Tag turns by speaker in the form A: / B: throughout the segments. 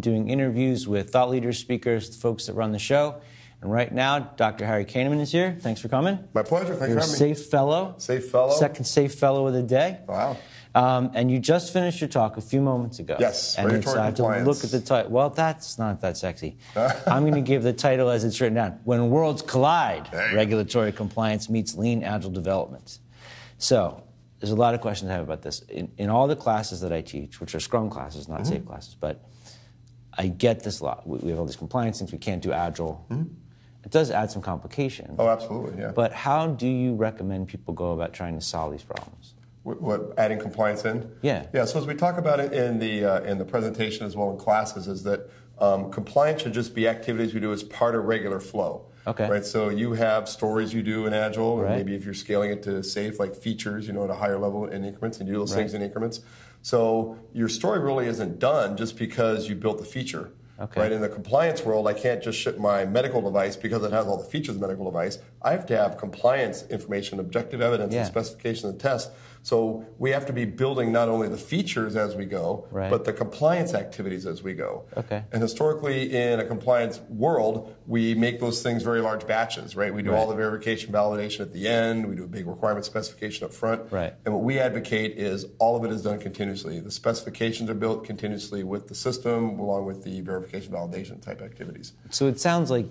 A: doing interviews with thought leaders, speakers, folks that run the show. And right now, Dr. Harry Kahneman is here. Thanks for coming.
B: My pleasure. Thanks
A: You're a
B: for having me.
A: safe fellow.
B: Safe fellow.
A: Second safe fellow of the day.
B: Wow.
A: Um, and you just finished your talk a few moments ago.
B: Yes,
A: and it's,
B: regulatory
A: I have to
B: compliance.
A: look at the title. Well, that's not that sexy. I'm going to give the title as it's written down: "When Worlds Collide:
B: There you go.
A: Regulatory Compliance Meets Lean Agile Development." So, there's a lot of questions I have about this. In, in all the classes that I teach, which are Scrum classes,
B: Mm-hmm.
A: not Safe classes, but I get this a lot. We, we have all these compliance things. We can't do Agile. It does add some complication.
B: Mm-hmm. Oh, absolutely. Yeah.
A: But how do you recommend people go about trying to solve these problems?
B: what, what adding compliance in?
A: Yeah.
B: Yeah. So as we talk about it in the uh, in the presentation as well in classes, is that um, compliance should just be activities we do as part of regular flow.
A: Okay.
B: Right. So you have stories you do in Agile, and
A: Right.
B: maybe if you're scaling it to safe, like features, you know, at a higher level in increments, and you do those things
A: Right.
B: in increments. So your story really isn't done just because you built the feature.
A: Okay.
B: Right. In the compliance world, I can't just ship my medical device because it has all the features of the medical device. I have to have compliance information, objective evidence,
A: Yeah.
B: and specifications specification of the test. So we have to be building not only the features as we go,
A: Right.
B: but the compliance activities as we go.
A: Okay.
B: And historically, in a compliance world, we make those things very large batches, right? We do all the verification validation at the end. We do a big requirement specification up front.
A: Right.
B: And what we advocate is all of it is done continuously. The specifications are built continuously with the system, along with the verification validation type activities.
A: So it sounds like,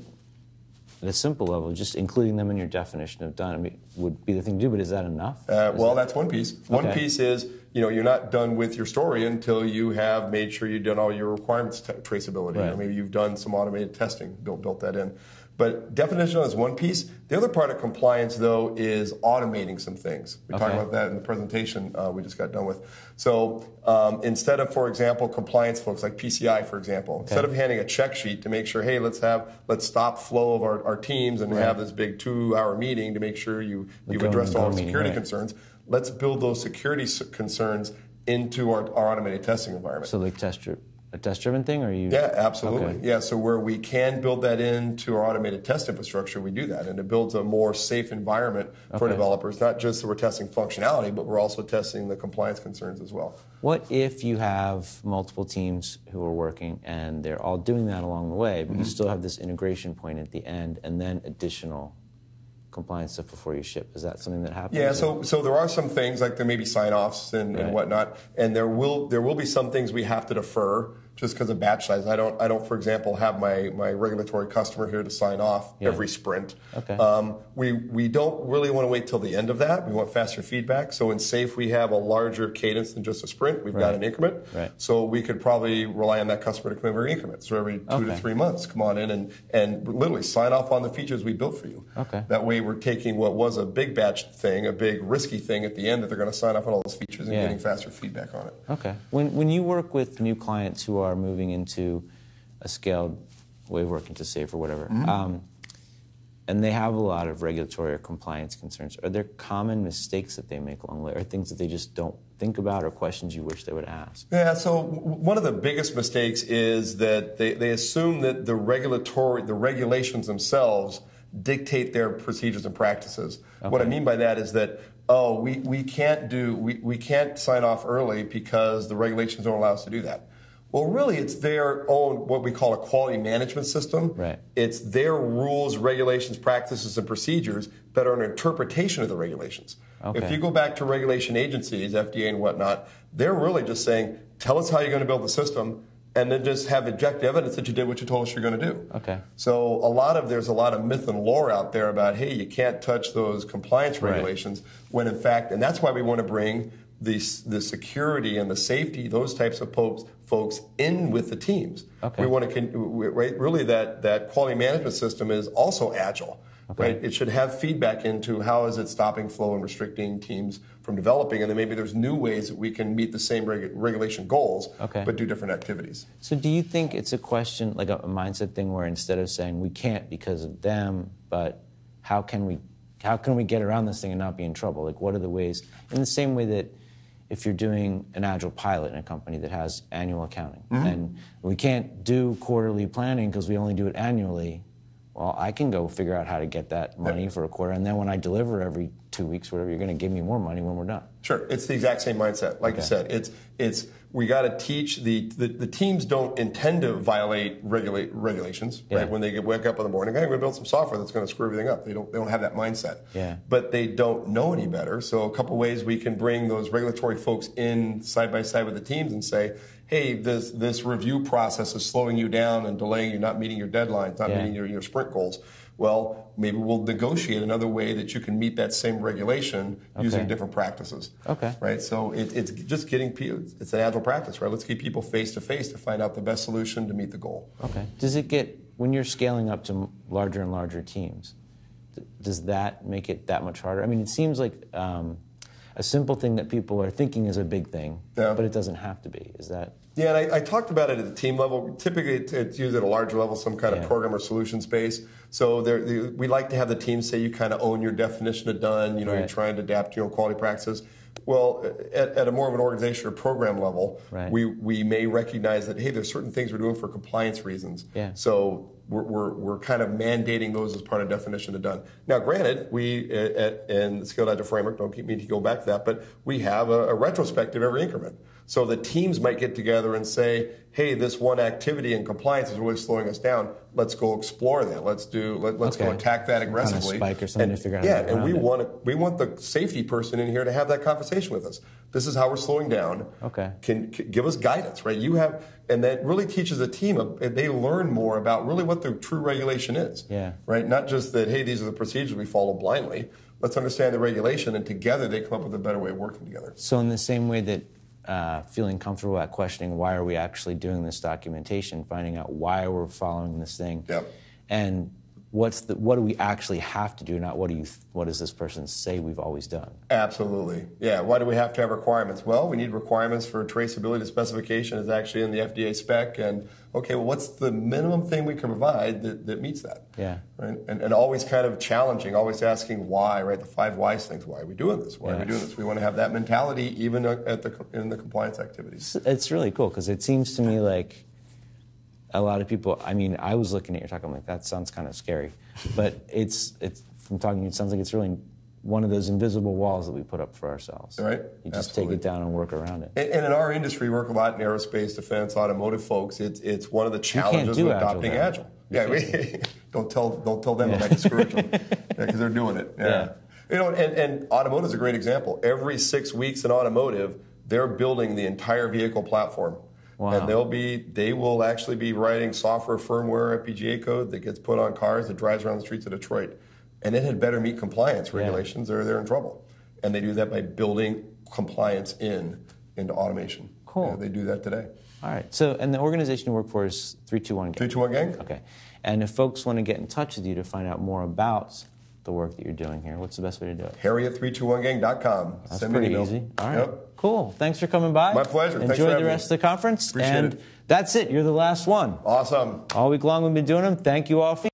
A: at a simple level, just including them in your definition of done I mean, would be the thing to do. But is that enough?
B: Uh, well, that's one piece. One
A: Okay.
B: piece is you know you're not done with your story until you have made sure you've done all your requirements t- traceability.
A: Right.
B: Or maybe you've done some automated testing, built built that in. But definition is one piece. The other part of compliance, though, is automating some things. We talked
A: Okay.
B: about that in the presentation uh, we just got done with. So um, instead of, for example, compliance folks like PCI, for example, instead of handing a check sheet to make sure, hey, let's have let's stop flow of our, our teams and have this big two-hour meeting to make sure you you've
A: go
B: addressed
A: no-go
B: all the
A: meeting,
B: security
A: right.
B: concerns. Let's build those security s- concerns into our, our automated testing environment.
A: so like test dri- a test driven thing, or are you?
B: yeah, absolutely.
A: Okay.
B: Yeah, so where we can build that into our automated test infrastructure, we do that. And it builds a more safe environment for
A: Okay.
B: developers, not just that we're testing functionality, but we're also testing the compliance concerns as well.
A: What if you have multiple teams who are working and they're all doing that along the way, but you
B: Mm-hmm.
A: still have this integration point at the end, and then additional compliance stuff before you ship? Is that something that happens?
B: Yeah,
A: or-
B: so so there are some things like there may be sign offs and,
A: Right.
B: and whatnot, and there will there will be some things we have to defer just because of batch size. I don't I don't, for example, have my my regulatory customer here to sign off every sprint.
A: Okay.
B: Um, we we don't really want to wait till the end of that. We want faster feedback. So in safe, we have a larger cadence than just a sprint. We've got
A: Right.
B: an increment.
A: Right.
B: So we could probably rely on that customer to come in every increment. So every two to
A: Okay.
B: three months, come on in and and literally sign off on the features we built for you.
A: Okay.
B: That way, we're taking what was a big batch thing, a big risky thing at the end that they're going to sign off on all those features and
A: Yeah.
B: getting faster feedback on it.
A: Okay. When, when you work with new clients who are moving into a scaled way of working to safe or whatever, um, and they have a lot of regulatory or compliance concerns, are there common mistakes that they make along the way, or things that they just don't think about, or questions you wish they would ask?
B: Yeah, so w- one of the biggest mistakes is that they, they assume that the regulatory, the regulations themselves dictate their procedures and practices. What I mean by that is that, oh, we, we can't do, we, we can't sign off early because the regulations don't allow us to do that. Well, really, it's their own, what we call a quality management system.
A: Right.
B: It's their rules, regulations, practices, and procedures that are an interpretation of the regulations. If
A: Okay.
B: you go back to regulation agencies, FDA and whatnot, they're really just saying, tell us how you're going to build the system, and then just have objective evidence that you did what you told us you're going to do.
A: Okay.
B: So a lot of there's a lot of myth and lore out there about hey, you can't touch those compliance
A: Right.
B: regulations when in fact, and that's why we want to bring the s- the security and the safety those types of folks folks in with the teams.
A: Okay.
B: We want to con- w- w- right really that that quality management system is also agile. Right, it should have feedback into how is it stopping flow and restricting teams from developing, and then maybe there's new ways that we can meet the same regu- regulation goals,
A: Okay.
B: but do different activities.
A: So, do you think it's a question, like a, a mindset thing, where instead of saying we can't because of them, but how can we, how can we get around this thing and not be in trouble? Like, what are the ways? In the same way that if you're doing an agile pilot in a company that has annual accounting, and we can't do quarterly planning because we only do it annually. Well, I can go figure out how to get that money for a quarter, and then when I deliver every two weeks, whatever, you're going to give me more money when we're done.
B: Sure, it's the exact same mindset. Like you said, it's it's we got to teach the, the the teams don't intend to violate regulate regulations
A: Yeah.
B: right when they get- wake up in the morning. Hey, I'm going to build some software that's going to screw everything up. They don't they don't have that mindset.
A: Yeah.
B: But they don't know any better. So a couple ways we can bring those regulatory folks in side by side with the teams and say, hey, this this review process is slowing you down and delaying you, not meeting your deadlines, not
A: Yeah.
B: meeting your, your sprint goals. Well, maybe we'll negotiate another way that you can meet that same regulation using
A: Okay.
B: different practices.
A: Okay.
B: Right. So it, it's just getting people. It's an agile practice, right? Let's get people face to face to find out the best solution to meet the goal.
A: Okay. Does it get when you're scaling up to m- larger and larger teams? th- Does that make it that much harder? I mean, it seems like um, a simple thing that people are thinking is a big thing,
B: Yeah.
A: but it doesn't have to be. Is that
B: Yeah, and I, I talked about it at the team level. Typically, it's, it's used at a larger level, some kind
A: Yeah.
B: of program or solution space. So there, the, we like to have the team say you kind of own your definition of done. You know,
A: Right.
B: you're trying to adapt to your own quality practices. Well, at, at a more of an organization or program level,
A: Right.
B: we we may recognize that hey, there's certain things we're doing for compliance reasons.
A: Yeah.
B: So we're, we're, we're kind of mandating those as part of definition of done. Now, granted, we at, at, in the Skilled Agile Framework, don't get me to go back to that, but we have a, a retrospective every increment. So the teams might get together and say, hey, this one activity in compliance is really slowing us down. Let's go explore that. Let's do, let, let's go
A: Okay.
B: attack
A: Some
B: that
A: kind of
B: aggressively.
A: spike or something
B: and,
A: to figure out how
B: Yeah,
A: to get
B: and we
A: around it.
B: want to, we want the safety person in here to have that conversation with us. This is how we're slowing down
A: Okay.
B: can, can give us guidance, right? You have, and that really teaches the team. uh, They learn more about really what the true regulation is,
A: Yeah.
B: right? Not just that, hey, these are the procedures we follow blindly. Let's understand the regulation, and together they come up with a better way of working together.
A: so? In the same way that uh, feeling comfortable at questioning why are we actually doing this documentation, finding out why we're following this thing,
B: Yep.
A: and what's the what do we actually have to do, not what do you th- what does this person say we've always done?
B: Absolutely. Yeah. Why do we have to have requirements? Well, we need requirements for traceability to specification is actually in the FDA spec. And okay, well, what's the minimum thing we can provide that, that meets that?
A: Yeah.
B: Right. And, and always kind of challenging, always asking why, right? The five whys things. Why are we doing this? Why are
A: Yeah.
B: we doing this? We want to have that mentality even at the, in the compliance activities.
A: it's- it's really cool because it seems to me like a lot of people. I mean, I was looking at your talk. I'm like, that sounds kind of scary, but it's it's from talking. to you, It sounds like it's really one of those invisible walls that we put up for ourselves.
B: Right.
A: You just
B: Absolutely.
A: take it down and work around it.
B: And, and in our industry, we work a lot in aerospace, defense, automotive folks. It's it's one of the challenges
A: do
B: of
A: agile
B: adopting
A: then.
B: agile. Yeah, we, don't tell don't tell them about the spiritual because they're doing it. Yeah.
A: Yeah.
B: you know, and, and automotive is a great example. Every six weeks in automotive, they're building the entire vehicle platform.
A: Wow.
B: And they'll be they will actually be writing software, firmware, FPGA code that gets put on cars that drives around the streets of Detroit. And it had better meet compliance regulations, or they're in trouble. And they do that by building compliance in into automation.
A: Cool.
B: Yeah, they do that today.
A: All right. So, and the organization you work for is three two one.
B: Three, two, one, gang.
A: Okay. And if folks want to get in touch with you to find out more about the work that you're doing here, what's the best way to do it?
B: Harry at 321gang.com.
A: That's pretty easy. All right. Cool. Thanks for coming by.
B: My pleasure. Thanks for
A: Enjoy the
B: having me.
A: rest of the conference.
B: Appreciate
A: and
B: it.
A: that's it. You're the last one.
B: Awesome.
A: All week long, we've been doing them. Thank you all for